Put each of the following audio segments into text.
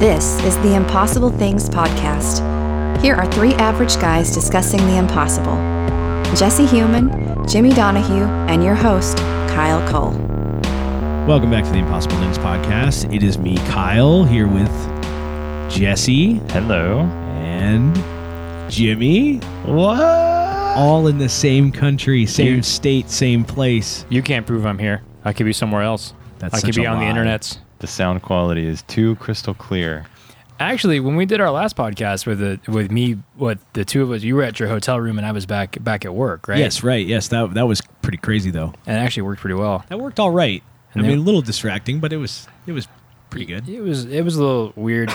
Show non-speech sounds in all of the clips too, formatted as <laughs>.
This is the Impossible Things Podcast. Here are three average guys discussing the impossible Jesse Human, Jimmy Donahue, and your host, Kyle Cole. Welcome back to the Impossible Things Podcast. It is me, Kyle, here with Jesse Hello. and Jimmy, What? all in the same country, same state, same place. You can't prove I'm here. I could be somewhere else. That's I could such be a on lie. the internets. The sound quality is too crystal clear. Actually, when we did our last podcast with the with me, what the two of us, you were at your hotel room and I was back back at work, right? Yes, right. Yes, that that was pretty crazy though. and it actually worked pretty well. That worked all right. I And mean, they- a little distracting, but it was it was pretty good. It was it was a little weird,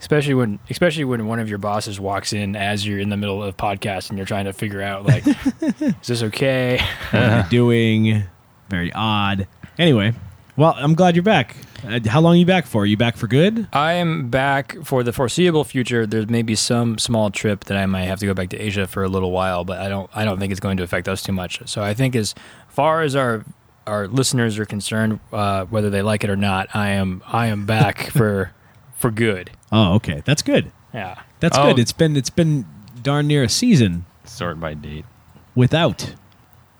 especially when especially when one of your bosses walks in as you're in the middle of podcast and you're trying to figure <laughs> out like, is this okay? What are you doing? Very odd. Anyway, well, I'm glad you're back. Uh, how long are you back for? Are you back for good? I am back for the foreseeable future. There may be some small trip that I might have to go back to Asia for a little while, but I don't I don't think it's going to affect us too much. So I think as far as our our listeners are concerned, uh, whether they like it or not, I am I am <laughs> back for for good. Oh, okay. That's good. Yeah. That's Oh. good. It's been it's been darn near a season Sort by date. without.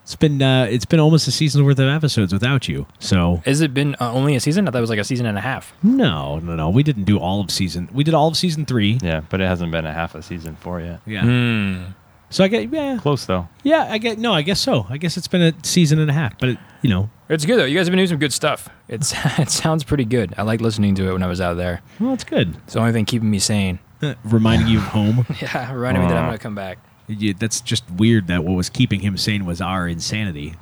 It's been uh, it's been almost a season's worth of episodes without you. So Has it been uh, only a season? I thought it was like a season and a half. no, no, no. We didn't do all of season. We did all of season three. Yeah, but it hasn't been a half a season four yet. Yeah. Hmm. So I get yeah, Close though. yeah. I get no. I guess so. I guess it's been a season and a half. But it, you know, It's good though. You guys have been doing some good stuff. It's <laughs> it sounds pretty good. I like listening to it when I was out there. well, it's good. Uh, It's the only thing keeping me sane. Reminding you of home. Yeah, reminding me that I'm going to come back. Yeah, that's just weird. That what was keeping him sane was our insanity.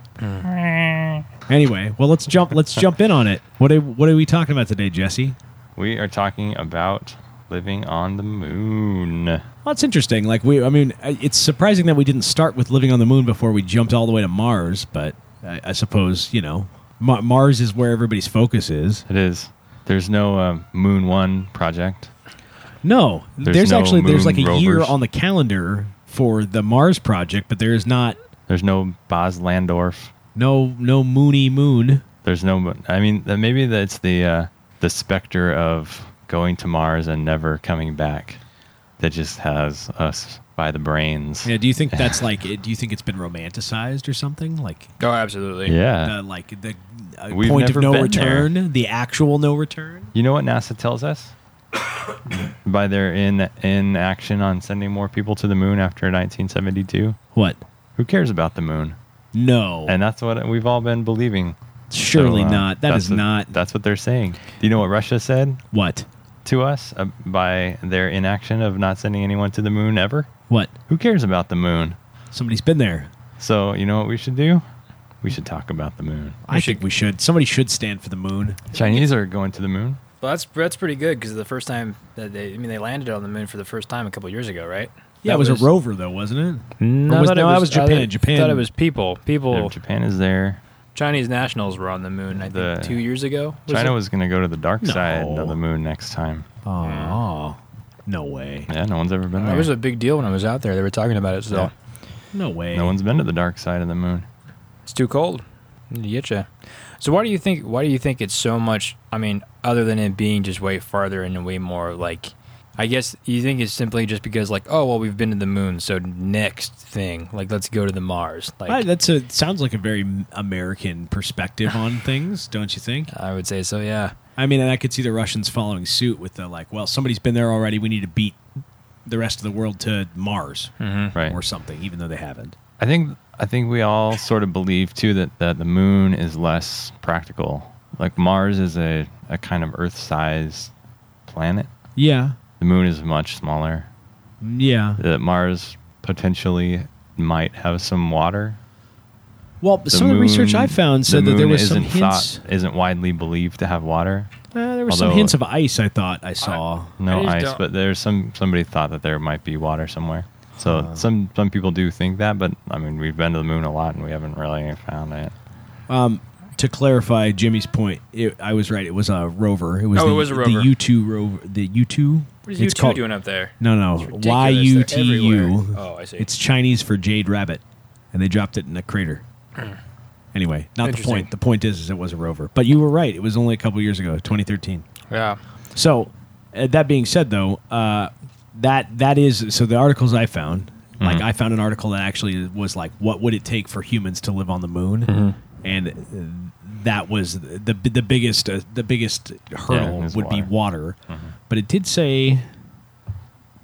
Anyway, well, let's jump. Let's jump in on it. What are, what are we talking about today, Jesse? We are talking about living on the moon. Well, that's interesting. Like we, I mean, I- it's surprising that we didn't start with living on the moon before we jumped all the way to Mars. But I, I suppose you know, Ma- Mars is where everybody's focus is. It is. There's no uh, Moon One project. No, there's, There's no actually there's like moon a year rovers. on the calendar for the Mars project, but there is not There's no Boz Landorf. no no moony moon. There's no. I mean, uh, maybe that's the uh, the specter of going to Mars and never coming back. That just has us by the brains. Yeah, do you think <sighs> that's like? Do you think it's been romanticized or something? Like Oh, absolutely. Yeah. the like the uh, We've point of never no been return, the actual no return. You know what NASA tells <coughs> us? By their in in action on sending more people to the moon after 1972. What? Who cares about the moon? No, And that's what we've all been believing. surely So, uh, not. That that's is what- not That's what they're saying. Do you know what Russia said what to us uh, by their inaction of not sending anyone to the moon ever? what Who cares about the moon? somebody's been there. So you know what we should do? We should talk about the moon. I think we should. Somebody should stand for the moon. Chinese are going to the moon. Well, that's that's pretty good because the first time that they, I mean, they landed on the moon for the first time a couple years ago, right? Yeah, That it was, a rover though, wasn't it? No, Or was- I thought it no, that was I Japan. thought- Japan- I thought it was people. Yeah, People. Japan is there. Chinese nationals were on the moon. I The- think two years ago. China it? was going to go to the dark side No. of the moon next time. Oh, no way, Yeah, no one's ever been there. That was a big deal when I was out there. They were talking about it. So Yeah. no way. No one's been to the dark side of the moon. it's too cold. Getcha. So why do you think? Why do you think it's so much? I mean, other than it being just way farther and way more like. I guess you think it's simply just because, like, oh well, we've been to the moon, so next thing, like, let's go to the Mars. Like, Well, that's a sounds like a very American perspective <sighs> on things, don't you think? I would say so. Yeah. I mean, and I could see the Russians following suit with the like, well, somebody's been there already. We need to beat the rest of the world to Mars Right. or something, even though they haven't. I think I think we all sort of believe too that, that the moon is less practical. Like Mars is a, a kind of Earth sized planet. Yeah, The moon is much smaller. yeah. That Mars potentially might have some water. Well, The some of the research moon- I found said the that there moon was some isn't thought- hints. isn't widely believed to have water. Uh, there were some although- hints of ice. I thought I hmm. saw. No I just ice, don't- but there's some somebody thought that there might be water somewhere. So Uh. some some people do think that, but I mean we've been to the moon a lot and we haven't really found it. to clarify Jimmy's point, it, I was right. It was a rover. It was Oh, the, it was a The rover. U two rover. The U two. What is U2 doing up there? No, no. It's Y U ridiculous. They're T U. everywhere. Oh, I see. It's Chinese for Jade Rabbit, and they dropped it in a crater. Anyway, not the Hmm. Interesting. point. The point is, is it was a rover. But you were right. It was only a couple years ago, 2013. Yeah. So Uh, that being said, though, uh, that that is so the articles I found. Like I found an article that actually was like, "What would it take for humans to live on the moon?" And uh, that was the the biggest uh, the biggest hurdle it was would be water. But it did say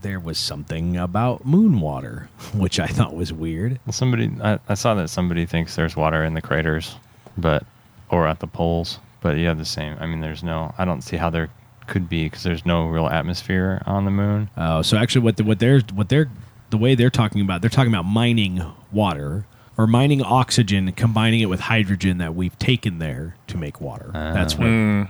there was something about moon water, <laughs> which I thought was weird. Well, somebody, I, I saw that somebody thinks there's water in the craters, but or at the poles. But yeah, the same. I mean, there's no. I don't see how there could be because there's no real atmosphere on the moon. Uh, so actually, what the, what they're what they're the way they're talking about they're talking about mining water or mining oxygen, combining it with hydrogen that we've taken there to make water. That's Ah. what. Hmm.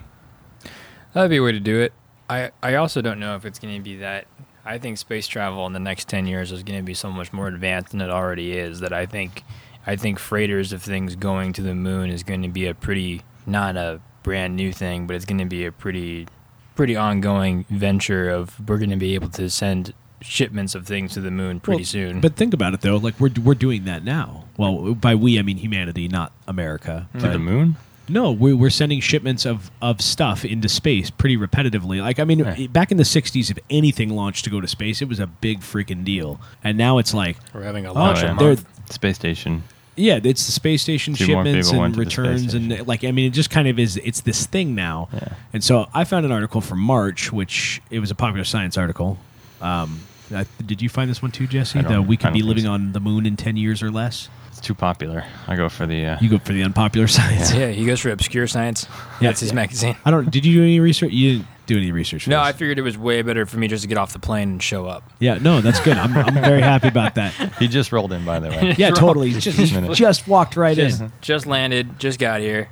That'd be a way to do it. I, I also don't know if it's going to be that. I think space travel in the next ten years is going to be so much more advanced than it already is. That I think, I think freighters of things going to the moon is going to be a pretty not a brand new thing, but it's going to be a pretty pretty ongoing venture of we're going to be able to send shipments of things to the moon pretty Well, soon. But think about it though, like we're we're doing that now. Well, by we I mean humanity, not America. To the moon? No, we, we're sending shipments of, of stuff into space pretty repetitively. Like, I mean, Right. back in the 60s, if anything launched to go to space, it was a big freaking deal. And now it's like, we're having a launch launch yeah. yeah. month. They're- Space station. yeah, it's the space station See, more shipments people and went to the space returns. And, station. like, I mean, it just kind of is, it's this thing now. Yeah. And so I found an article from March, which it was a popular science article. Um, I, did you find this one too, Jesse? I don't- That we I could don't be think living so. on the moon in 10 years or less? It's too popular. I go for the. Uh, You go for the unpopular <laughs> science. yeah, he goes for obscure science. Yeah. That's <laughs> his magazine. I don't. Did you do any research? You didn't do any research. For No, this. I figured it was way better for me just to get off the plane and show up. Yeah, no, that's good. I'm, I'm very happy about <laughs> that. he just rolled in, by the way. Yeah, Just totally. rolled. Just, just walked right in. Just landed, just got here.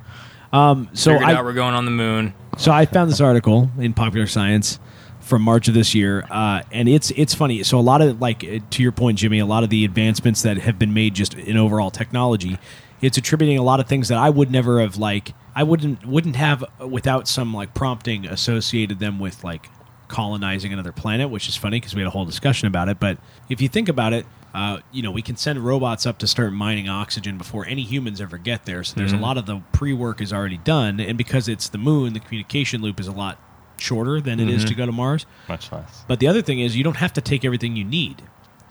So figured out I, we're going on the moon. so I found this article in Popular Science from March of this year, uh, and it's it's funny. So a lot of like uh, to your point, Jimmy, a lot of the advancements that have been made just in overall technology, it's attributing a lot of things that I would never have like I wouldn't wouldn't have without some like prompting associated them with like colonizing another planet, which is funny because we had a whole discussion about it. But if you think about it, uh, you know, we can send robots up to start mining oxygen before any humans ever get there. So there's a lot of the pre work is already done, and because it's the moon, the communication loop is a lot shorter than it is to go to Mars. <laughs> Much less. But the other thing is, you don't have to take everything you need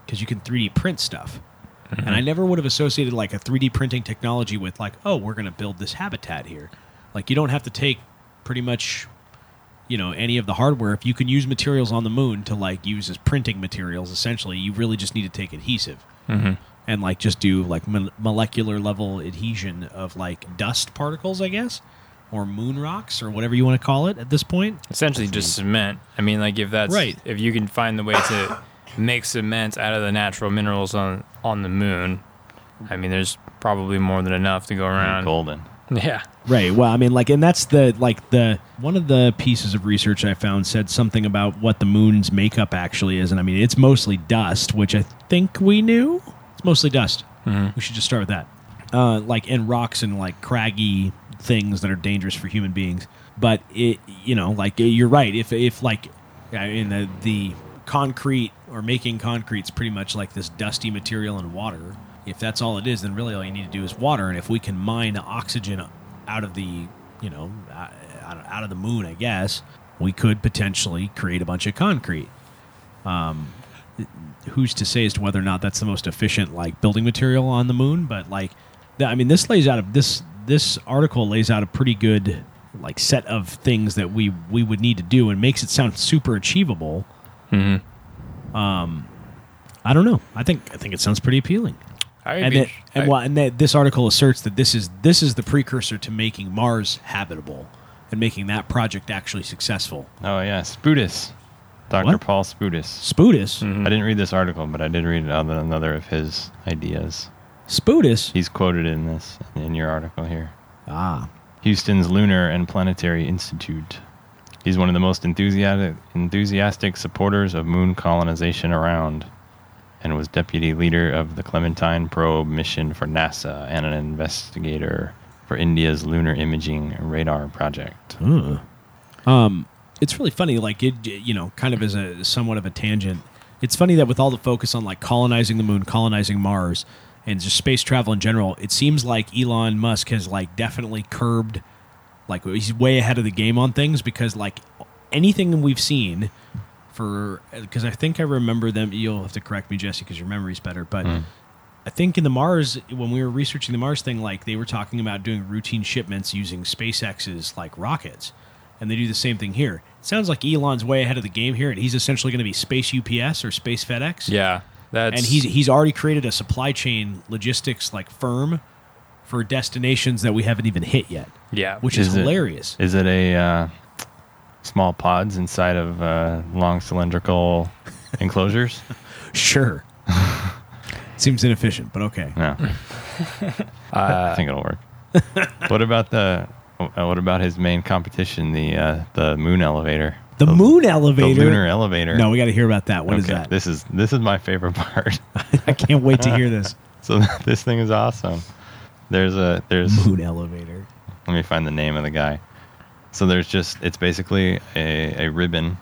because you can 3D print stuff. And I never would have associated like a 3D printing technology with like, oh, we're going to build this habitat here. Like you don't have to take pretty much, you know, any of the hardware. If you can use materials on the moon to like use as printing materials, essentially, you really just need to take adhesive and like just do like mo- molecular level adhesion of like dust particles, I guess, or moon rocks or whatever you want to call it at this point. Essentially, just cement. I mean, like if that's Right. if you can find the way to make cement out of the natural minerals on on the moon, I mean, there's probably more than enough to go around. Golden. Yeah, Right. Well, I mean, like, and that's the like the one of the pieces of research I found said something about what the moon's makeup actually is, and I mean, it's mostly dust, which I think we knew. It's mostly dust. We should just start with that. Uh, like, and rocks and like craggy things that are dangerous for human beings. But it, you know, like you're right. If if like, I mean, the the concrete or making concrete's pretty much like this dusty material and water. If that's all it is, then really all you need to do is water. And if we can mine oxygen out of the you know uh, out of- out of the moon, I guess we could potentially create a bunch of concrete. Um, who's to say as to whether or not that's the most efficient like building material on the moon? But like, th- I mean, this lays out of this this article lays out a pretty good like set of things that we we would need to do and makes it sound super achievable. Um, I don't know. I think I think it sounds pretty appealing I and mean, that, and, well, and that this article asserts that this is this is the precursor to making Mars habitable and making that project actually successful. Oh yeah, Sputis. Dr. What? Paul Sputis. Sputis, I didn't read this article, but I did read another, another of his ideas. Sputis. He's quoted in this in your article here. Ah, Houston's Lunar and Planetary Institute. He's one of the most enthusiastic, enthusiastic supporters of moon colonization around and was deputy leader of the Clementine probe mission for NASA and an investigator for India's lunar imaging radar project. Huh. Um, it's really funny. Like it, you know, kind of as a somewhat of a tangent. It's funny that with all the focus on like colonizing the moon, colonizing Mars, and just space travel in general, it seems like Elon Musk has like definitely curbed, like he's way ahead of the game on things because like anything we've seen for because I think I remember them. You'll have to correct me, Jesse, because your memory's better. But I think in the Mars when we were researching the Mars thing, like they were talking about doing routine shipments using SpaceX's like rockets, and they do the same thing here. It sounds like Elon's way ahead of the game here, and he's essentially going to be space UPS or space FedEx. Yeah, that's and he's he's already created a supply chain logistics like firm for destinations that we haven't even hit yet, yeah, which is, it- hilarious. Is it a uh, small pods inside of uh, long cylindrical enclosures? Sure. <laughs> Seems inefficient, but okay. No, <laughs> I think it'll work. what about the? uh, What about his main competition? The uh, the moon elevator. The moon The elevator. lunar elevator. No, we got to hear about that. What is Okay, <laughs> that? This is this is my favorite <laughs> part. <laughs> I can't wait to hear this. so <laughs> this thing is awesome. There's a there's Moon elevator. let me find the name of the guy. So there's just it's basically a, a ribbon,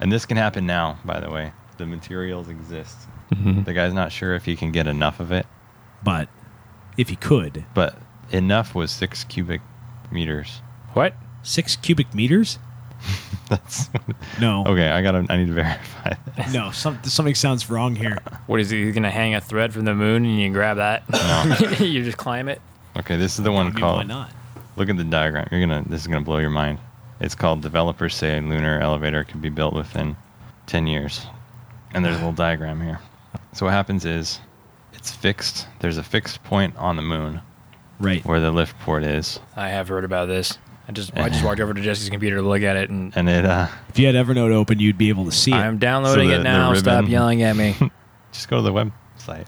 and this can happen now. By the way, the materials exist. Mm-hmm. The guy's not sure if he can get enough of it, But if he could, but enough was six cubic meters. <laughs> what? six cubic meters? That's No. okay. I gotta. I need to <laughs> verify. <laughs> That. No, some, something sounds wrong <laughs> here. What is he he's gonna hang a thread from the moon and you grab that? <laughs> you just climb it. Okay, this is the one I mean, called. why not? Look at the diagram. You're gonna. This is gonna blow your mind. It's called "Developers Say Lunar Elevator Could Be Built Within 10 Years," and there's a little diagram here. So what happens is, it's fixed. There's a fixed point on the moon Right. where the lift port is, I have heard about this. I just I just walked over to Jesse's computer to look at it, and and it uh, <laughs> If you had Evernote open, you'd be able to see it. I'm downloading So the- it the now. Stop ribbon- yelling <laughs> at me. just go to the website.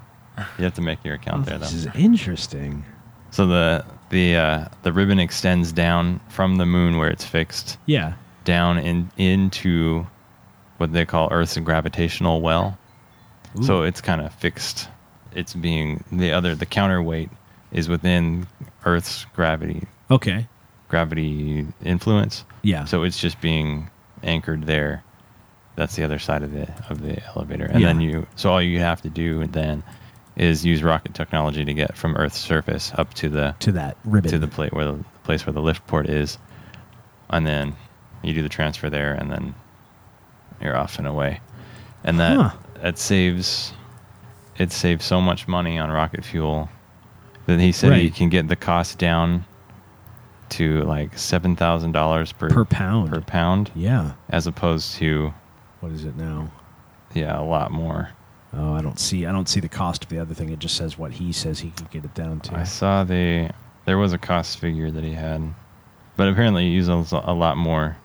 You have to make your account <laughs> there this though. is interesting. So the the uh, the ribbon extends down from the moon where it's fixed Yeah. down in into what they call Earth's gravitational well. So it's kind of fixed. It's being the other the counterweight is within Earth's gravity Okay. gravity influence. Yeah. So it's just being anchored there. That's the other side of the of the elevator. And Yeah. then you so all you have to do then is use rocket technology to get from Earth's surface up to the to that ribbon. to the plate where the place where the lift port is, and then you do the transfer there, and then you're off and away, and that Huh. that saves it saves so much money on rocket fuel that he said he Right. can get the cost down to like seven thousand dollars per per pound. per pound, yeah. as opposed to What is it now? yeah a lot more. Oh, I don't see. I don't see the cost of the other thing. It just says what he says he could get it down to. I saw the there was a cost figure that he had, but apparently he uses a lot more,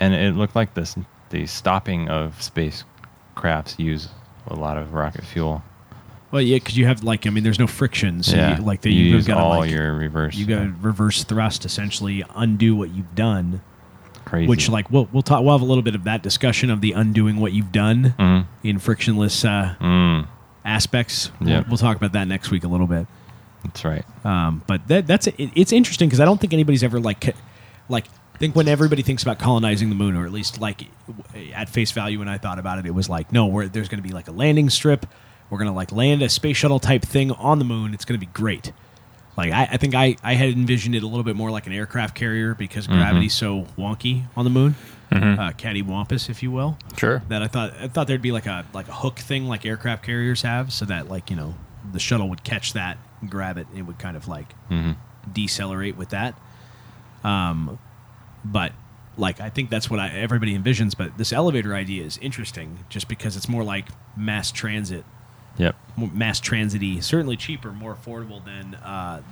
and it looked like this the stopping of spacecrafts use a lot of rocket fuel. Well, yeah, because you have like I mean, there's no friction, so you, like that you you've use got all like, your reverse. you got to reverse thrust, essentially undo what you've done. crazy. Which like we'll we'll talk. We'll have a little bit of that discussion of the undoing what you've done Mm, in frictionless uh, mm, aspects. Yeah. We'll, we'll talk about that next week a little bit. that's right. Um, but that that's it, it's interesting because I don't think anybody's ever like ca- like I think when everybody thinks about colonizing the moon, or at least like w- at face value, when I thought about it, it was like no, we're, there's going to be like a landing strip. We're going to like land a space shuttle type thing on the moon. It's going to be great. Like I, I think I, I had envisioned it a little bit more like an aircraft carrier because gravity's so wonky on the moon, uh, cattywampus, if you will Sure. that I thought I thought there'd be like a like a hook thing like aircraft carriers have, so that like you know the shuttle would catch that, and grab it, and it would kind of like decelerate with that. Um, but like I think that's what I, everybody envisions. But this elevator idea is interesting, just because it's more like mass transit, Yep. more mass transity, certainly cheaper, more affordable than uh,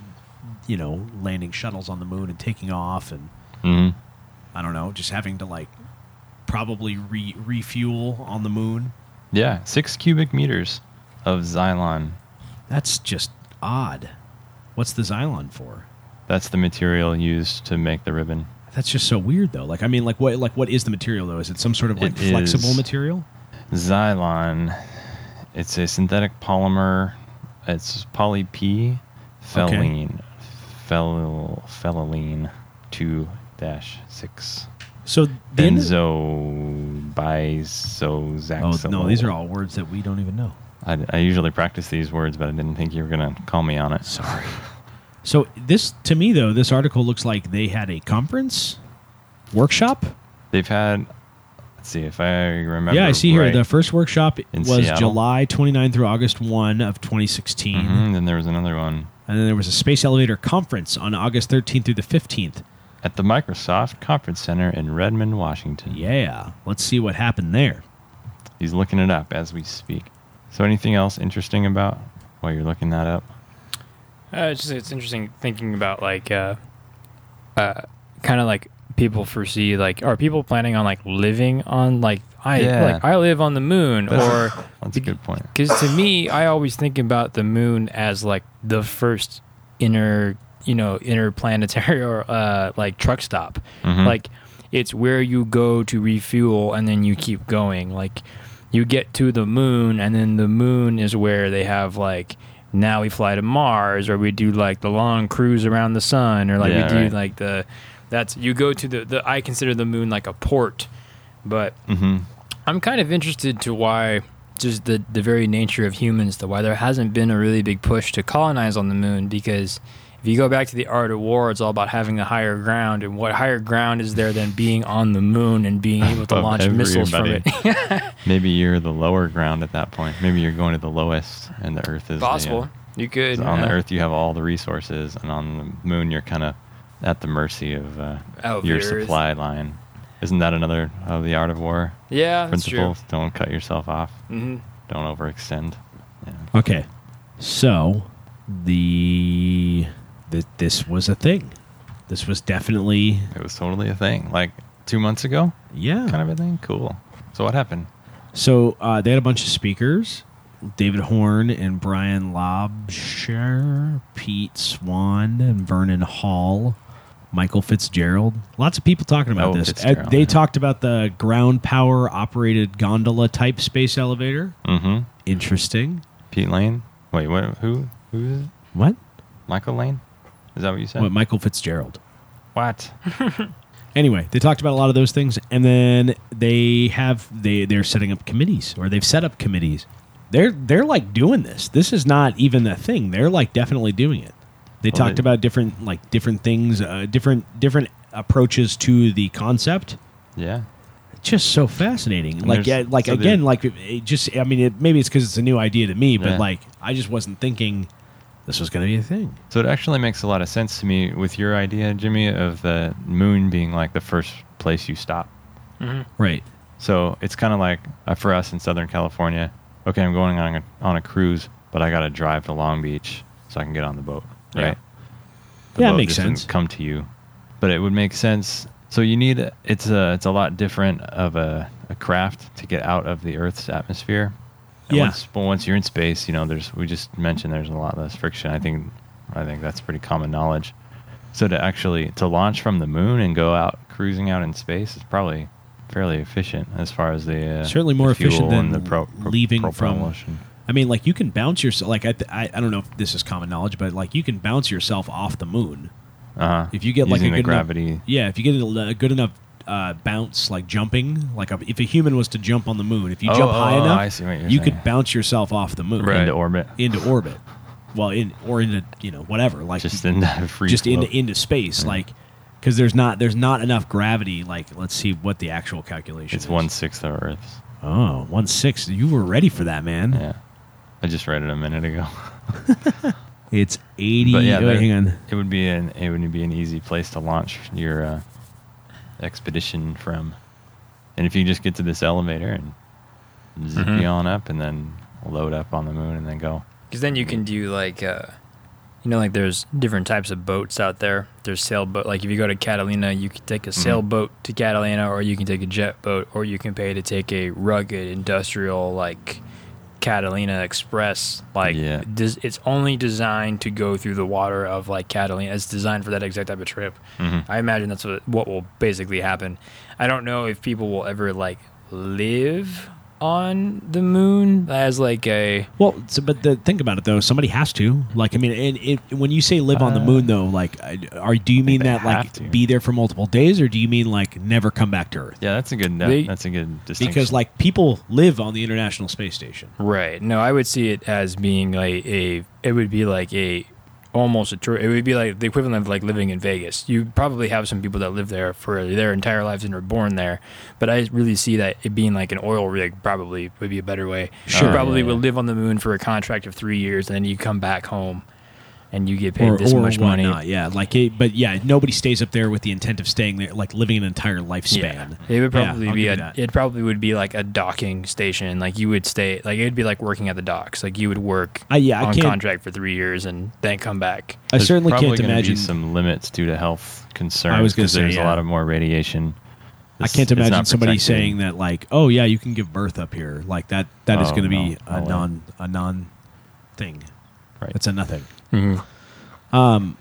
you know landing shuttles on the moon and taking off and Mm, I don't know, just having to like probably re- refuel on the moon. yeah, six cubic meters of xylon. That's just odd. What's the Xylon for? That's the material used to make the ribbon. That's just so weird, though. Like, I mean, like what, like what is the material though? Is it some sort of like It flexible is- material? Xylon. It's a synthetic polymer. It's poly P phenylenene. Phel Phenylenene 2 6. So the end of- Benzobisoxaxyl. oh no, these are all words that we don't even know. I, I usually practice these words, but I didn't think you were going to call me on it. Sorry. So this to me though, this article looks like they had a conference workshop They've had, let's see if I remember. yeah, I see right. here the first workshop In was Seattle. July 29 through August 1 of 2016. Mhm, Then there was another one And then there was a space elevator conference on August 13th through the 15th. at the Microsoft Conference Center in Redmond, Washington. Yeah, let's see what happened there. He's looking it up as we speak. So, anything else interesting about while you're looking that up? Uh, it's just it's interesting thinking about like, uh, uh, kind of like people foresee like are people planning on like living on like I Yeah. like I live on the moon <laughs> or That's- that's a good point. because to me I always think about the moon as like the first inner you know interplanetary or uh, like truck stop Mhm. like it's where you go to refuel and then you keep going like you get to the moon and then the moon is where they have like now we fly to mars or we do like the long cruise around the sun or like Yeah, we do right. like the that's you go to the, the i consider the moon like a port but hmm i'm kind of interested to why just the the very nature of humans to why there hasn't been a really big push to colonize on the moon because if you go back to the art of war it's all about having the higher ground and what higher ground is there than being on the moon and being able to Above launch missiles from it everybody. Maybe you're the lower ground at that point. Maybe you're going to the lowest, and the Earth is the, uh, <laughs> possible you could 'cause on the uh, Earth, you have all the resources, and on the Moon, you're kind of at the mercy of uh, Of your the Earth. supply line. Isn't that another of the art of war yeah that's true principles? Don't cut yourself off. hmm Don't overextend. Yeah. Okay. So the th- this was a thing. This was definitely It was totally a thing. Like two months ago, yeah. kind of a thing. Cool. So what happened? So uh, they had a bunch of speakers: David Horn and Brian Lobsher, Pete Swan and Vernon Hall, Michael Fitzgerald. Lots of people talking about Oh, this. Fitzgerald, Uh, they yeah. talked about the ground power operated gondola type space elevator. Mm-hmm. Interesting. Pete Lane. Wait, what? Who? Who is it? What? Michael Lane? Is that what you said? What? Michael Fitzgerald. What? Anyway, they talked about a lot of those things, and then they have they they're setting up committees or they've set up committees. They're they're like doing this. This is not even a thing. They're like definitely doing it. They Well, talked they- about different like different things, uh, different different approaches to the concept. Yeah. Just so fascinating. like yeah, there's- like so again, the- like it, it just I mean, it, maybe it's because it's a new idea to me, but Yeah. like I just wasn't thinking this was going to be a thing. So it actually makes a lot of sense to me with your idea, Jimmy, of the moon being like the first place you stop. Right. So it's kind of like uh, for us in Southern California. Okay, I'm going on a, on a cruise, but I got to drive to Long Beach so I can get on the boat, Yeah. right? Yeah, it boat makes just didn't sense. Come to you, but it would make sense. So you need a- it's a it's a lot different of a, a craft to get out of the Earth's atmosphere. And Yeah. Once, well, once you're in space, you know, there's we just mentioned there's a lot less friction. I think I think that's pretty common knowledge. So to actually to launch from the moon and go out cruising out in space is probably fairly efficient as far as the uh, Certainly more the fuel efficient and than the pro- pro- leaving pro- from- propulsion. I mean, like you can bounce yourself. Like I, th- I, I don't know if this is common knowledge, but like you can bounce yourself off the moon Uh-huh. if you get like Using a the good gravity. Enough, yeah, if you get a, a good enough uh, bounce, like jumping, like a, if a human was to jump on the moon, if you Oh, jump oh, high oh, enough, I see what you you're could saying. bounce yourself off the moon Right. into, into orbit, into orbit. Well, in or into you know whatever, like just in that <laughs> free just into float. into space, like because there's not there's not enough gravity. Like let's see what the actual calculation. It's is. one sixth of Earth's. Oh, one six. You were ready for that, man. Yeah, I just read it a minute ago. <laughs> It's eighty. But yeah, oh, there- hang on. It would be an it would be an easy place to launch your uh, expedition from, and if you just get to this elevator and zip Mm-hmm. Mhm. you on up, and then load up on the moon, and then go. Because then you can do like, uh, you know, like there's different types of boats out there. There's sailboat. Like if you go to Catalina, you can take a sailboat to Catalina, or you can take a jet boat, or you can pay to take a rugged industrial like Catalina Express. Like Yeah. des- it's only designed to go through the water of like Catalina. It's designed for that exact type of trip. I imagine that's what, what will basically happen. I don't know if people will ever like live on the moon as like a Well, so, but the, think about it though. Somebody has to. Like, I mean, and it, when you say live on the Uh, moon, though, like, I- are do you mean they that like have to. be there for multiple days, or do you mean like never come back to Earth? Yeah, that's a good They- that's a good distinction. Because like people live on the International Space Station. Right. No, I would see it as being like a. It would be like a almost a tour. It would be like the equivalent of like living in Vegas. You probably have some people that live there for their entire lives and are born there, but I really see that it being like an oil rig probably would be a better way. Sure. You probably Yeah, yeah. will live on the moon for a contract of three years, and then you come back home, and you get paid or, this or much money. whatnot. Yeah, like it, but yeah, nobody stays up there with the intent of staying there, like living an entire lifespan. It would Yeah, probably I'll be give you a, that. it probably would be like a docking station. Like you would stay like it'd be like working at the docks. Like you would work I- yeah, I on can't- contract for three years and then come back. I There's certainly probably can't gonna imagine. be some limits due to health concerns. I was gonna 'cause say, there's yeah. a lot of more radiation. I can't It's- it's imagine not somebody protected. saying that, like, "Oh yeah, you can give birth up here." Like that. That is Oh, going to be no, a no way. non a non thing. Right. Mm-hmm. It's a nothing. Um,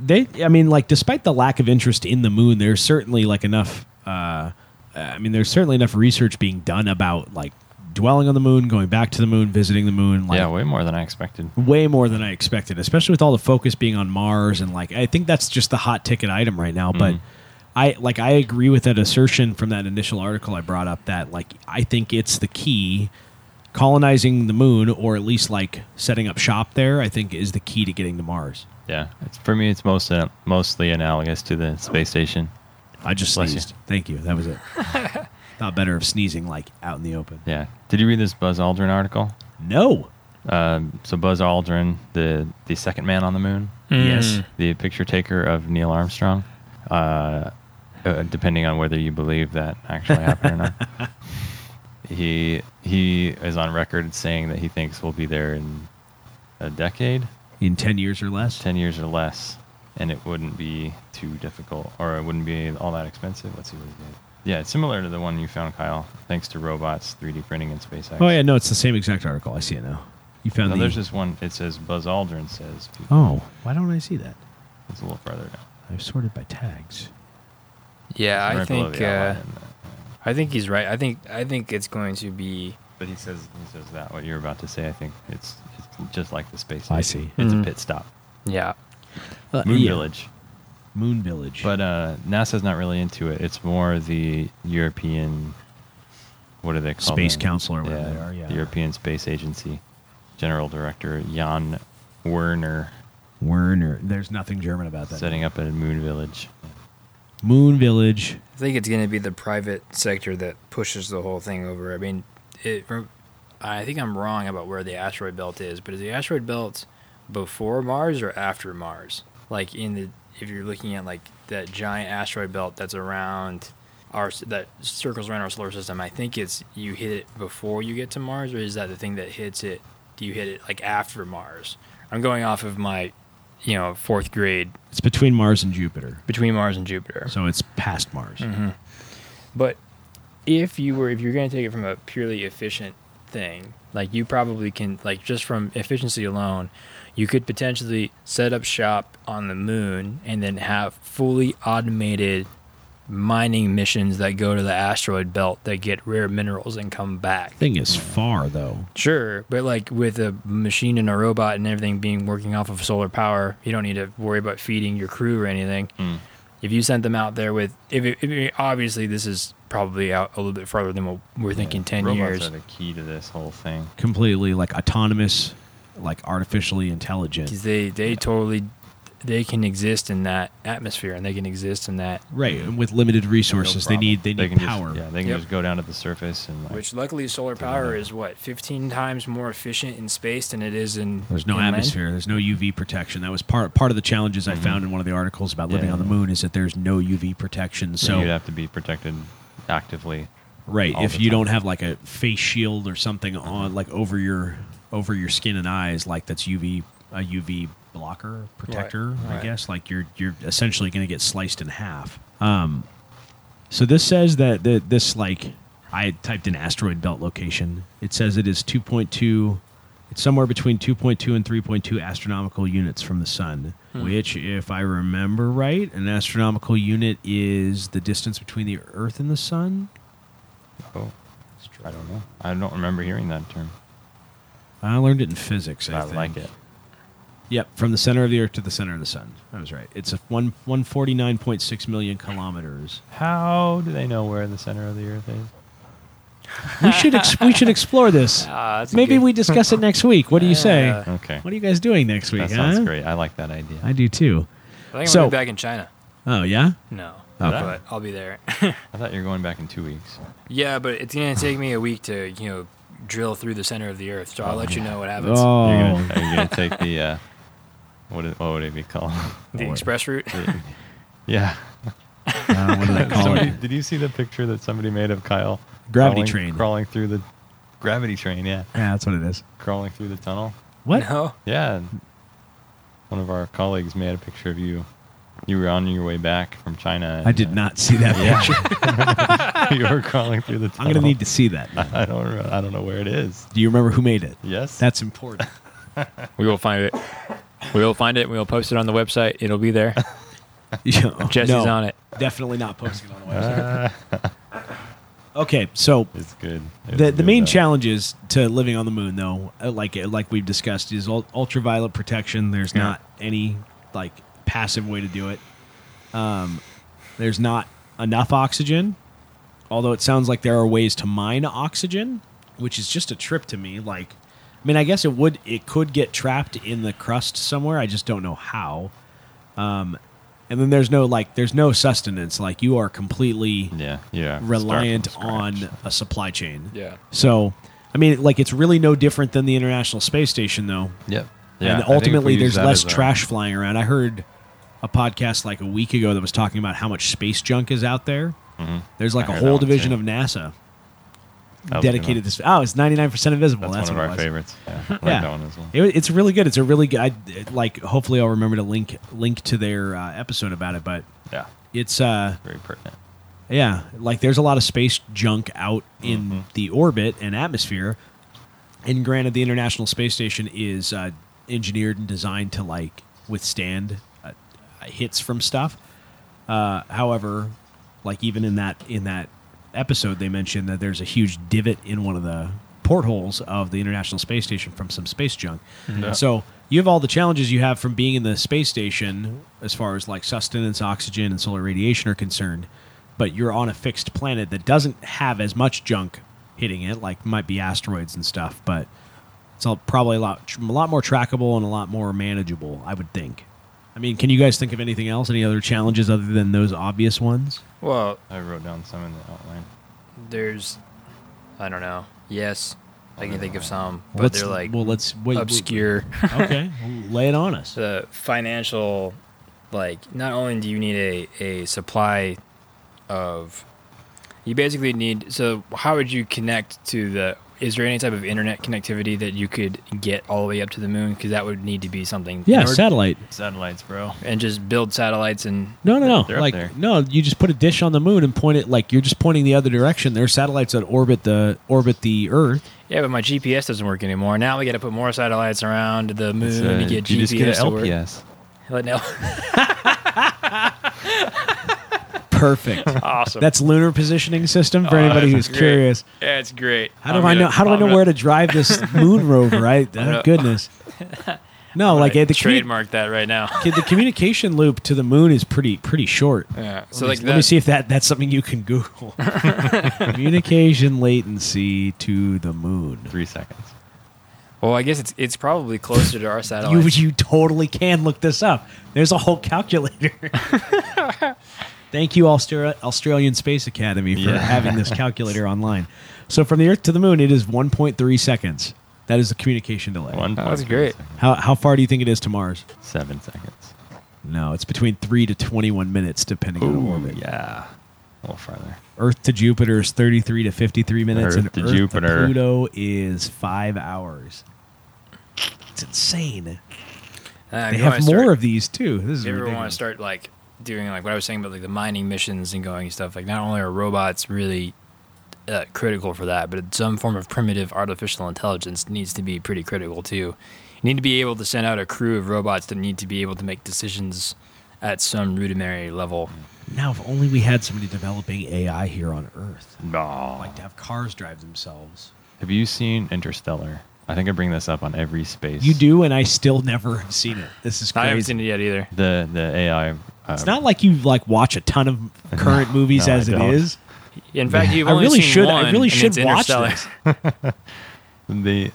they i mean like despite the lack of interest in the moon there's certainly like enough uh i mean there's certainly enough research being done about like dwelling on the moon going back to the moon visiting the moon like yeah, way more than I expected. way more than i expected especially with all the focus being on mars and like i think that's just the hot ticket item right now but Mm-hmm. i like i agree with that assertion from that initial article i brought up that like i think it's the key colonizing the moon or at least like setting up shop there i think is the key to getting to mars Yeah, it's for me. It's most uh, mostly analogous to the space station. I just Bless you. sneezed. Thank you. That was <laughs> it. Thought better of sneezing like out in the open. Yeah. Did you read this Buzz Aldrin article? No. Um, so Buzz Aldrin, the the second man on the moon, Yes. the picture taker of Neil Armstrong. Uh, uh, depending on whether you believe that actually happened or <laughs> not, he he is on record saying that he thinks we'll be there in a decade, In ten years or less. ten years or less, and it wouldn't be too difficult or it wouldn't be all that expensive. Let's see what he did. Yeah, it's similar to the one you found, Kyle. Thanks to robots, 3D printing, and SpaceX. Oh yeah, no, it's the same exact article. I see it now. You found No, the. there's this one. It says Buzz Aldrin says. oh, why don't I see that? It's a little further down. I've sorted by tags. Yeah, I Right below think the uh, outline in that. I think he's right. I think I think it's going to be But he says he says that what you're about to say. I think it's it's just like the space. I station. see. It's Mhm. a pit stop. yeah. Uh, Moon yeah. Village. Moon Village. But uh, NASA's not really into it. It's more the European. What are they called? Space them? Council or whatever they are, yeah. The European Space Agency, General Director Jan Werner Werner. There's nothing German about that. setting up a moon village. Moon Village. I think it's going to be the private sector that pushes the whole thing over. I mean, it, I think I'm wrong about where the asteroid belt is, but is the asteroid belt before Mars or after Mars? Like in the if you're looking at like that giant asteroid belt that's around our that circles around our solar system, I think it's you hit it before you get to Mars, or is that the thing that hits it? Do you hit it like after Mars? I'm going off of my, you know, fourth grade It's between Mars and Jupiter, between Mars and Jupiter. so it's past Mars. But if you were, if you're going to take it from a purely efficient thing, like you probably can, like just from efficiency alone, you could potentially set up shop on the moon and then have fully automated mining missions that go to the asteroid belt that get rare minerals and come back. Thing is far though. Sure, but like with a machine and a robot and everything being working off of solar power, you don't need to worry about feeding your crew or anything. Hmm. If you sent them out there with, if, it, if it- obviously this is probably out a little bit farther than what we're thinking ten Robots years. are the key to this whole thing. Completely like autonomous, like artificially intelligent. 'Cause they they totally they can exist in that atmosphere and they can exist in that. Right, and with limited No resources, they problem. need they need can power. Just, yeah, they can Yep. just go down to the surface and like, Which luckily, solar power is what fifteen times more efficient in space than it is in. There's no inland? atmosphere. There's no UV protection. That was part part of the challenges I found in one of the articles about living Mm-hmm. Yeah. on the moon is that there's no UV protection. So you'd have to be protected actively. right, all if the you time. don't have like a face shield or something on like over your over your skin and eyes, like that's UV a UV blocker protector, I right. guess. Like you're you're essentially going to get sliced in half. Um, so this says that the, this like I typed in asteroid belt location. It says it is 2.2. It's somewhere between 2.2 and 3.2 astronomical units from the sun. Hmm. Which, if I remember right, an astronomical unit is the distance between the Earth and the sun. Oh, I don't know. I don't remember hearing that term. I learned it in physics. I, I like think. it. Yep, from the center of the Earth to the center of the sun. I was right. It's a one 149.6 million kilometers. How do they know where the center of the Earth is? We should ex- we should explore this. Ah, that's a Maybe good- we discuss it next week. What do you say? Yeah. Okay. What are you guys doing next week? That sounds huh? great. I like that idea. I do too. I think I'm So- gonna be back in China. Oh yeah. No, Okay. but I'll be there. I thought you were going back in two weeks. yeah, but it's gonna take me a week to you know drill through the center of the earth. So I'll let you know what happens. Oh, You're gonna, are you going to take the, uh, what, is, what would it be called? <laughs> Oh, the express route. <laughs> yeah. uh, what do <laughs> they call Somebody- it? did you see the picture that somebody made of Kyle? Gravity crawling, train. Crawling through the gravity train, yeah. Yeah, that's what it is. Crawling through the tunnel. What? No. Yeah. and One of our colleagues made a picture of you. You were on your way back from China. uh, I did not see that picture. not. <laughs> you were crawling through the I'm tunnel. <laughs> gonna need to see that. now. I don't. re- I don't know where it is. Do you remember who made it? Yes. That's important. We will find it. We will find it. We will post it on the website. It'll be there. <laughs> Yeah, Jesse's no, on it. Definitely not posting it on the website. <laughs> okay, so it's good. It was the the good, main though. challenges to living on the moon, though, uh, like like we've discussed, is ul- ultraviolet protection. There's Yeah. not any like passive way to do it. Um, there's not enough oxygen. Although it sounds like there are ways to mine oxygen, which is just a trip to me. Like, I mean, I guess it would it could get trapped in the crust somewhere. I just don't know how. Um, and then there's no like there's no sustenance. Like you are completely Yeah. Yeah. start from reliant scratch. on a supply chain. Yeah. So, I mean, like it's really no different than the International Space Station, though. Yep. I and think if we ultimately, use there's that less as a- trash flying around. I heard a podcast like a week ago that was talking about how much space junk is out there. There's like Mm-hmm. a I heard that whole one, division too. of NASA That was dedicated good to space. Oh, it's 99% invisible. one. That's, That's, what one of our it was. favorites. Yeah. <laughs> I like Yeah, that one as well. It wa- it's really good. It's a really good. I, it- like, hopefully, I'll remember to link link to their uh, episode about it. But yeah. it's uh, Very pertinent. Yeah, like there's a lot of space junk out in the orbit and atmosphere. And granted, the International Space Station is uh, engineered and designed to like withstand uh, hits from stuff. Uh, however, like even in that in that episode, they mentioned that there's a huge divot in one of the portholes of the International Space Station from some space junk. Yeah. So you have all the challenges you have from being in the space station as far as like sustenance, oxygen, and solar radiation are concerned. But you're on a fixed planet that doesn't have as much junk hitting it, like might be asteroids and stuff. But it's all probably a lot, a lot more trackable and a lot more manageable, I would think. I mean, can you guys think of anything else? Any other challenges other than those obvious ones? <laughs> Well, I wrote down some in the outline. there's, I don't know. Yes, I can think of some, but let's, they're like well, let's wait. wait- obscure. <laughs> okay, well, lay it on us. the financial, like, not only do you need a a supply of, you basically need. So how would you connect to the? Is there any type of internet connectivity that you could get all the way up to the moon? Because that would need to be something. in Yeah, order- satellite. Satellites, bro. Uh, and just build satellites and No, no, no. They're up like there. no, you just put a dish on the moon and point it like you're just pointing the other direction. There are satellites that orbit the orbit the Earth. Yeah, but my GPS doesn't work anymore. Now we got to put more satellites around the It's, moon uh, to get you GPS just get to an <laughs> work. LPS. Let no. Perfect. <laughs> awesome. That's lunar positioning system for Oh, anybody that's who's great. curious. That's great. How do I know? How do I know where to drive <laughs> this moon rover? Right? gonna- Oh, <laughs> goodness. No, like eh, the commu- trademark that right now? Kid, <laughs> the communication loop to the moon is pretty pretty short. Yeah. So So let, like me, let me that. see if that that's something you can <laughs> Google. communication latency to the moon. Three seconds. Well, I guess it's it's probably closer to our <laughs> You satellite. you totally can look this up. There's a whole <laughs> calculator. Thank you, Austra- Australian Space Academy, for Yeah. having this calculator online. So from the Earth to the moon, it is 1.3 seconds. That is the communication delay. One. That point was three great. seconds. How how far do you think it is to Mars? Seven seconds. No, it's between three to 21 minutes, depending on Ooh, orbit. yeah. A little farther. Earth to Jupiter is 33 to 53 minutes, Earth and to Earth Jupiter. to Pluto is five hours. It's insane. Uh, They you wanna have start- more of these too. This is If you ever want ridiculous. to start like doing like what I was saying about like the mining missions and going and stuff, like not only are robots really uh, critical for that, but some form of primitive artificial intelligence needs to be pretty critical too. You need to be able to send out a crew of robots that need to be able to make decisions at some rudimentary level. Now, if only we had somebody developing AI here on Earth, No. like to have cars drive themselves. Have you seen Interstellar? I think I bring this up on every space. You do, and I still never have seen it. This is I crazy. haven't seen it yet either. The the AI. Uh, It's not like you like watch a ton of current movies no, I as it don't. is. In fact, <laughs> you've I only really seen should- I one, really and should it's watch Interstellar. this. the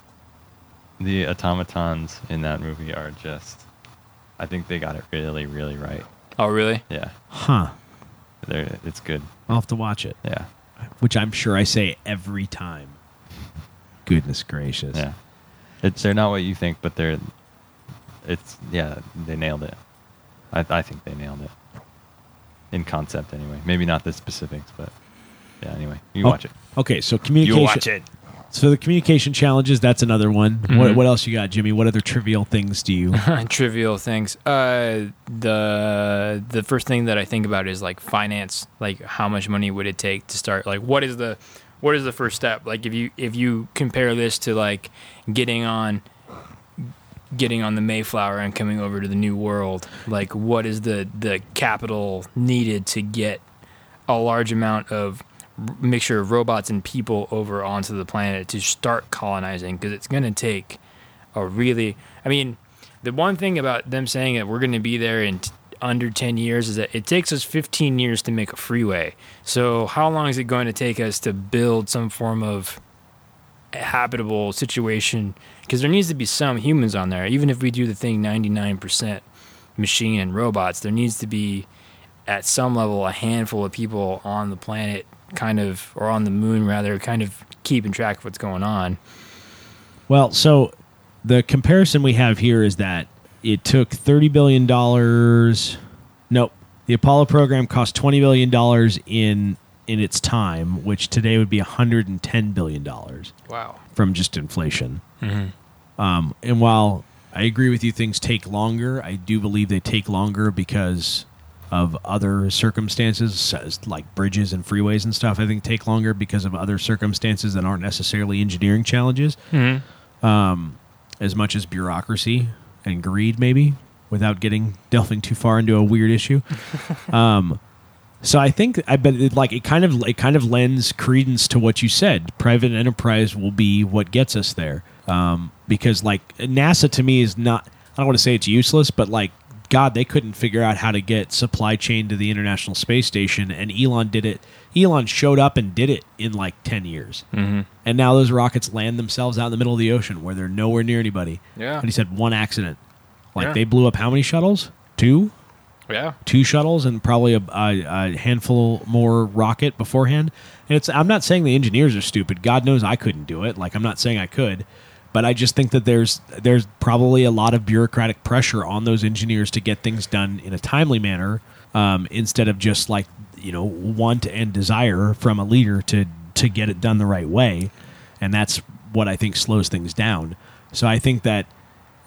the automatons in that movie are just I think they got it really, really right. <laughs> Oh, really? Yeah. Huh. They're, it's good. I'll have to watch it, Yeah. which I'm sure I say every time. Goodness gracious. Yeah. It's they're not what you think, but they're it's yeah, they nailed it. I I think they nailed it. In concept anyway. Maybe not the specifics, but yeah, anyway. You Oh, watch it. Okay, so communication. So the communication challenges, that's another one. What, Mhm. what else you got, Jimmy? What other trivial things do you? <laughs> Trivial things. Uh, the the first thing that I think about is like finance. Like, how much money would it take to start? Like, what is the what is the first step? Like, if you if you compare this to like getting on getting on the Mayflower and coming over to the New World, like, what is the the capital needed to get a large amount of r- mixture of robots and people over onto the planet to start colonizing because it's going to take a really i mean the one thing about them saying that we're going to be there in t- under 10 years is that it takes us 15 years to make a freeway so how long is it going to take us to build some form of habitable situation because there needs to be some humans on there even if we do the thing 99% machine and robots there needs to be at some level a handful of people on the planet kind of or on the moon rather kind of keeping track of what's going on Well, so the comparison we have here is that it took $30 billion. Nope. The Apollo program cost $20 billion in, in its time, which today would be $110 billion wow from just inflation. Um, and while I agree with you, things take longer, I do believe they take longer because of other circumstances, so it's like bridges and freeways and stuff, I think take longer because of other circumstances that aren't necessarily engineering challenges as much as bureaucracy and greed, maybe, without getting delving too far into a weird issue. um, so I think I bet it, like it kind of it kind of lends credence to what you said. Private enterprise will be what gets us there, um, because like NASA to me is not. I don't want to say it's useless, but like God, they couldn't figure out how to get supply chain to the International Space Station, and Elon did it. Elon showed up and did it in like ten years. Mm-hmm. And now those rockets land themselves out in the middle of the ocean where they're nowhere near anybody. Yeah. And he said one accident. Like Yeah. they blew up how many shuttles? Two? yeah Two shuttles and probably a, a, a handful more rocket beforehand. And it's I'm not saying the engineers are stupid. God knows I couldn't do it. Like I'm not saying I could, but I just think that there's there's probably a lot of bureaucratic pressure on those engineers to get things done in a timely manner um, instead of just like you know want and desire from a leader to to get it done the right way and that's what I think slows things down. So I think that,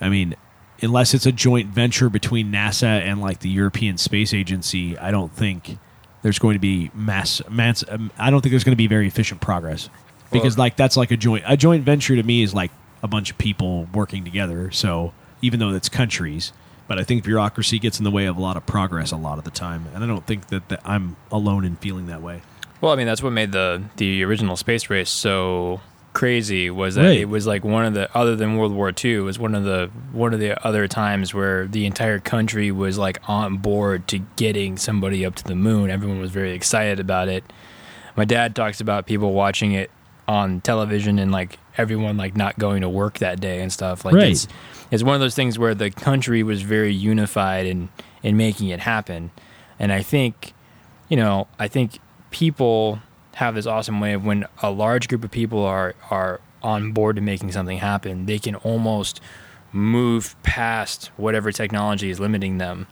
I mean, unless it's a joint venture between NASA and like the European Space Agency, I don't think there's going to be mass. mass um, I don't think there's going to be very efficient progress because like that's like a joint a joint venture to me is like a bunch of people working together. So even though it's countries. But I think bureaucracy gets in the way of a lot of progress a lot of the time, and I don't think that, that I'm alone in feeling that way. Well, I mean, that's what made the the original space race so crazy was that Right. it was like one of the other than World War II it was one of the one of the other times where the entire country was like on board to getting somebody up to the moon. Everyone was very excited about it. My dad talks about people watching it on television and like everyone like not going to work that day and stuff. Like Right. it's it's one of those things where the country was very unified in in making it happen. And I think you know, I think people have this awesome way of when a large group of people are are on board to making something happen, they can almost move past whatever technology is limiting them.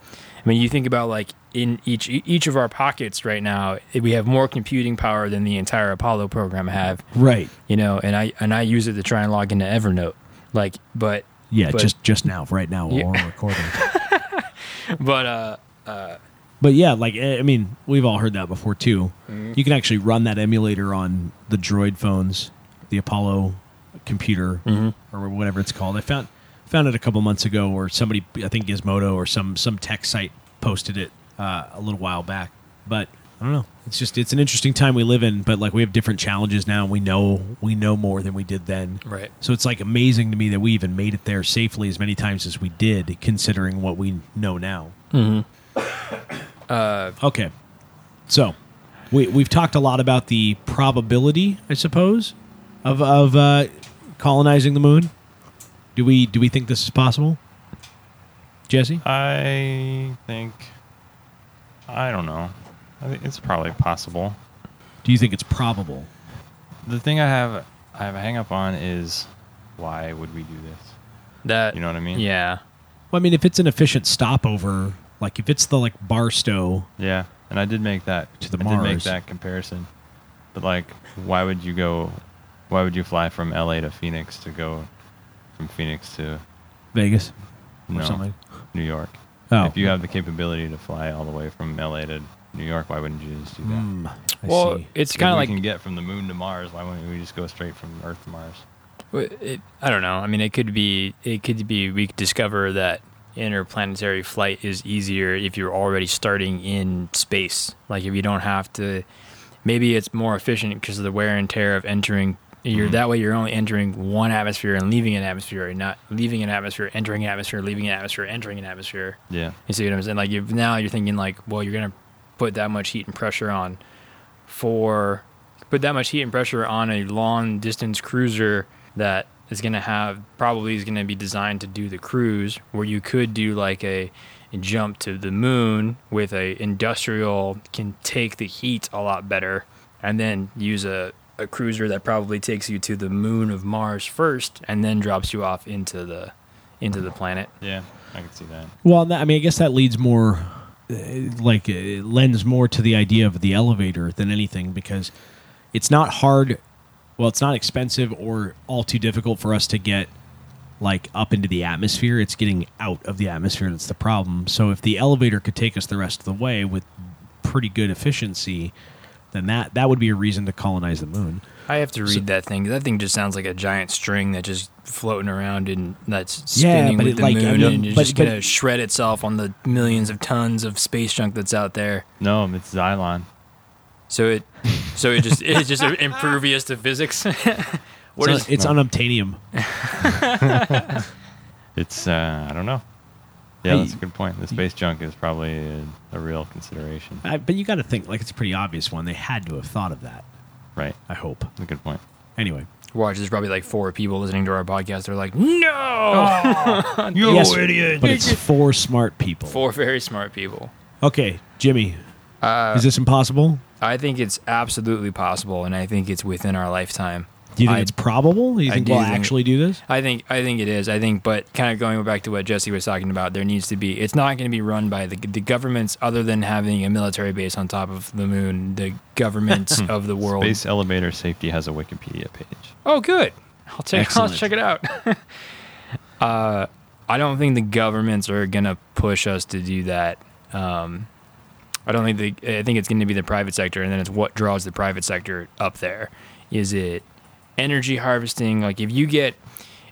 I mean, you think about like in each e-, each of our pockets right now, we have more computing power than the entire Apollo program have, Right? you know, and I and I use it to try and log into Evernote. Like, but Yeah. But- just just now, right now, while Yeah. we're <laughs> recording. but uh But yeah, like eh, I mean, we've all heard that before too. You can actually run that emulator on the Droid phones, the Apollo computer, or whatever it's called. I found found it a couple months ago, or somebody I think Gizmodo or some some tech site posted it uh, a little while back. But I don't know. It's just it's an interesting time we live in. But like we have different challenges now. and We know we know more than we did then. Right. So it's like amazing to me that we even made it there safely as many times as we did, considering what we know now. Okay. So we, we've talked a lot about the probability, I suppose, of of uh, colonizing the moon. Do we do we think this is possible, Jesse? I think. I don't know. I think it's probably possible. Do you think it's probable? The thing I have I have a hang up on is why would we do this? That You know what I mean? Yeah. Well, I mean, if it's an efficient stopover, like if it's the like Barstow, Yeah, and I did make that To the I did make Mars. that comparison. But like, why would you go? Why would you fly from L.A. to Phoenix to go from Phoenix to Vegas, or no, something. New York? Oh. If you have the capability to fly all the way from L.A. to New York, why wouldn't you just do that? Mm, I well, see. it's If kind of we like can get from the moon to Mars. Why wouldn't we just go straight from Earth to Mars? Well, It, I don't know. I mean, it could be. It could be. We could discover that interplanetary flight is easier if you're already starting in space. Like if you don't have to. Maybe it's more efficient because of the wear and tear of entering. You're that way. You're only entering one atmosphere and leaving an atmosphere, and not leaving an atmosphere, entering an atmosphere, leaving an atmosphere, entering an atmosphere. Yeah, You see what I'm saying? Like you now you're thinking like, well, you're gonna put that much heat and pressure on for put that much heat and pressure on a long distance cruiser that is gonna have probably is gonna be designed to do the cruise where you could do like a, a jump to the moon with a industrial can take the heat a lot better and then use a a cruiser that probably takes you to the moon of Mars first and then drops you off into the into the planet. yeah, I can see that. Well, that- I mean, I guess that leads more, uh, like, it lends more to the idea of the elevator than anything because it's not hard. Well, it's not expensive or all too difficult for us to get like up into the atmosphere. It's getting out of the atmosphere that's the problem. So if the elevator could take us the rest of the way with pretty good efficiency, then that that would be a reason to colonize the moon. I have to read that thing. That thing just sounds like a giant string that just floating around and that's Yeah, spinning but with it, the like, I moon mean, and it's but- just gonna but- shred itself on the millions of tons of space junk that's out there. No, it's Xylon. So it, so it just it's just impervious to physics. <laughs> what it's is un- it's unobtainium. It's uh, I don't know. Yeah, Hey, that's a good point. The space junk is probably a, a real consideration, I, but you got to think like it's a pretty obvious one. They had to have thought of that. right? I hope. That's a good point. Anyway. watch? There's probably like four people listening to our podcast. They're like, no, <laughs> You Yes, But it's four smart people. four very smart people. Okay, Jimmy. Uh, is this impossible? I think it's absolutely possible, and I think it's within our lifetime. Do you think I- it's probable? Do you I think do we'll think- actually do this? I think I think it is. I think, but kind of going back to what Jesse was talking about, there needs to be. It's not going to be run by the the governments, other than having a military base on top of the moon. The governments of the world. Space elevator safety has a Wikipedia page. Oh, good. I'll check. Excellent. I'll check it out. <laughs> uh, I don't think the governments are going to push us to do that. Um, I don't think the. I think it's going to be the private sector, and then it's what draws the private sector up there. Is it energy harvesting? Like if you get,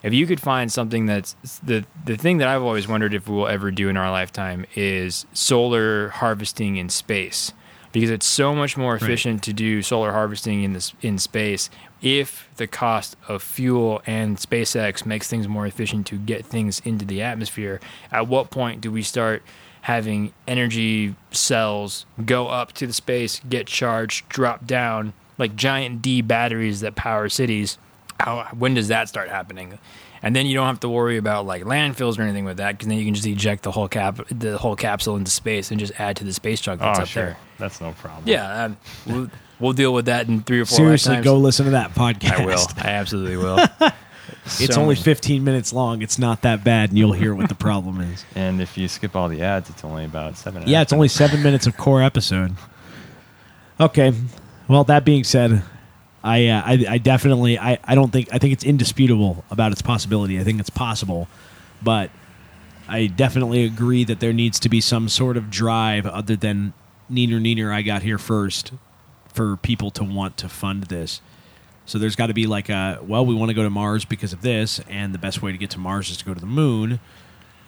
if you could find something that's the the thing that I've always wondered if we'll ever do in our lifetime is solar harvesting in space, because it's so much more efficient to do solar harvesting in this in space if the cost of fuel and SpaceX makes things more efficient to get things into the atmosphere. At what point do we start? having energy cells go up to the space, get charged, drop down like giant D batteries that power cities. How when does that start happening? And then you don't have to worry about like landfills or anything with that because then you can just eject the whole cap the whole capsule into space and just add to the space junk that's oh, up sure. there. That's no problem. Yeah, um, we'll, we'll deal with that in three or four Seriously, lifetimes. go listen to that podcast. I will. I absolutely will. <laughs> It's So only many- 15 minutes long. It's not that bad, and you'll hear what the problem is. And if you skip all the ads, it's only about seven. and a Yeah, half it's only seven minutes of core episode. Okay. Well, that being said, I, uh, I, I definitely, I, I don't think, I think it's indisputable about its possibility. I think it's possible, but I definitely agree that there needs to be some sort of drive other than neener neener, I got here first for people to want to fund this. So there's got to be like a, well, we want to go to Mars because of this, and the best way to get to Mars is to go to the moon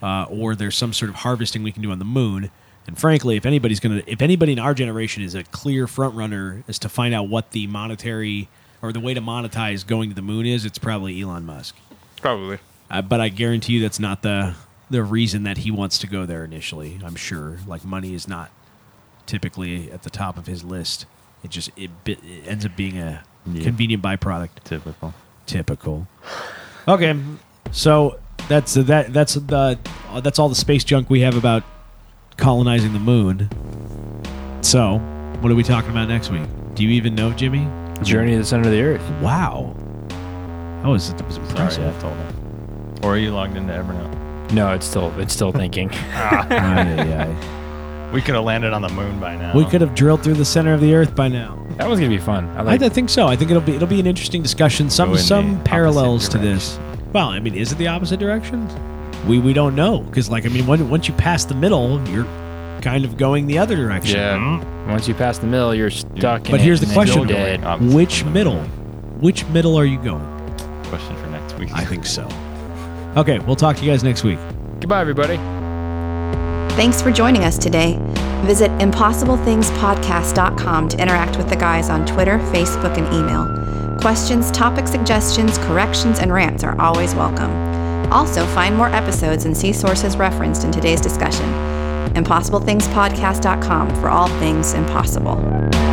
uh, or there's some sort of harvesting we can do on the moon. And frankly, if anybody's gonna, if anybody in our generation is a clear front runner as to find out what the monetary or the way to monetize going to the moon is, it's probably Elon Musk. Probably. Uh, but I guarantee you, that's not the the reason that he wants to go there initially. I'm sure, like money is not typically at the top of his list. It just it, bi- it ends up being a Yeah. convenient byproduct. Typical. Typical. Okay, so that's that. That's the that's all the space junk we have about colonizing the moon. So, what are we talking about next week? Do you even know, Jimmy? Journey to the center of the earth. Wow. That was, that was Sorry, impressive. I <laughs> told him. Or are you logged into Evernote? No, it's still it's <laughs> still thinking. Ay, ay, ay. We could have landed on the moon by now. We could have drilled through the center of the earth by now. that was gonna be fun. I I, like I think so. I think it'll be it'll be an interesting discussion. Some Go in the some opposite parallels to this. Well, I mean, is it the opposite direction? We we don't know because like I mean, when, once you pass the middle, you're kind of going the other direction. Yeah. Mhm. Once you pass the mill, you're stuck. in But it here's the and question: You're dead. Opposite Which of the middle? Which middle are you going? Question for next week. I think so. Okay, we'll talk to you guys next week. Goodbye, everybody. Thanks for joining us today. Visit impossiblethingspodcast.com to interact with the guys on Twitter, Facebook, and email. Questions, topic suggestions, corrections, and rants are always welcome. Also, find more episodes and see sources referenced in today's discussion. ImpossibleThingsPodcast.com for all things impossible.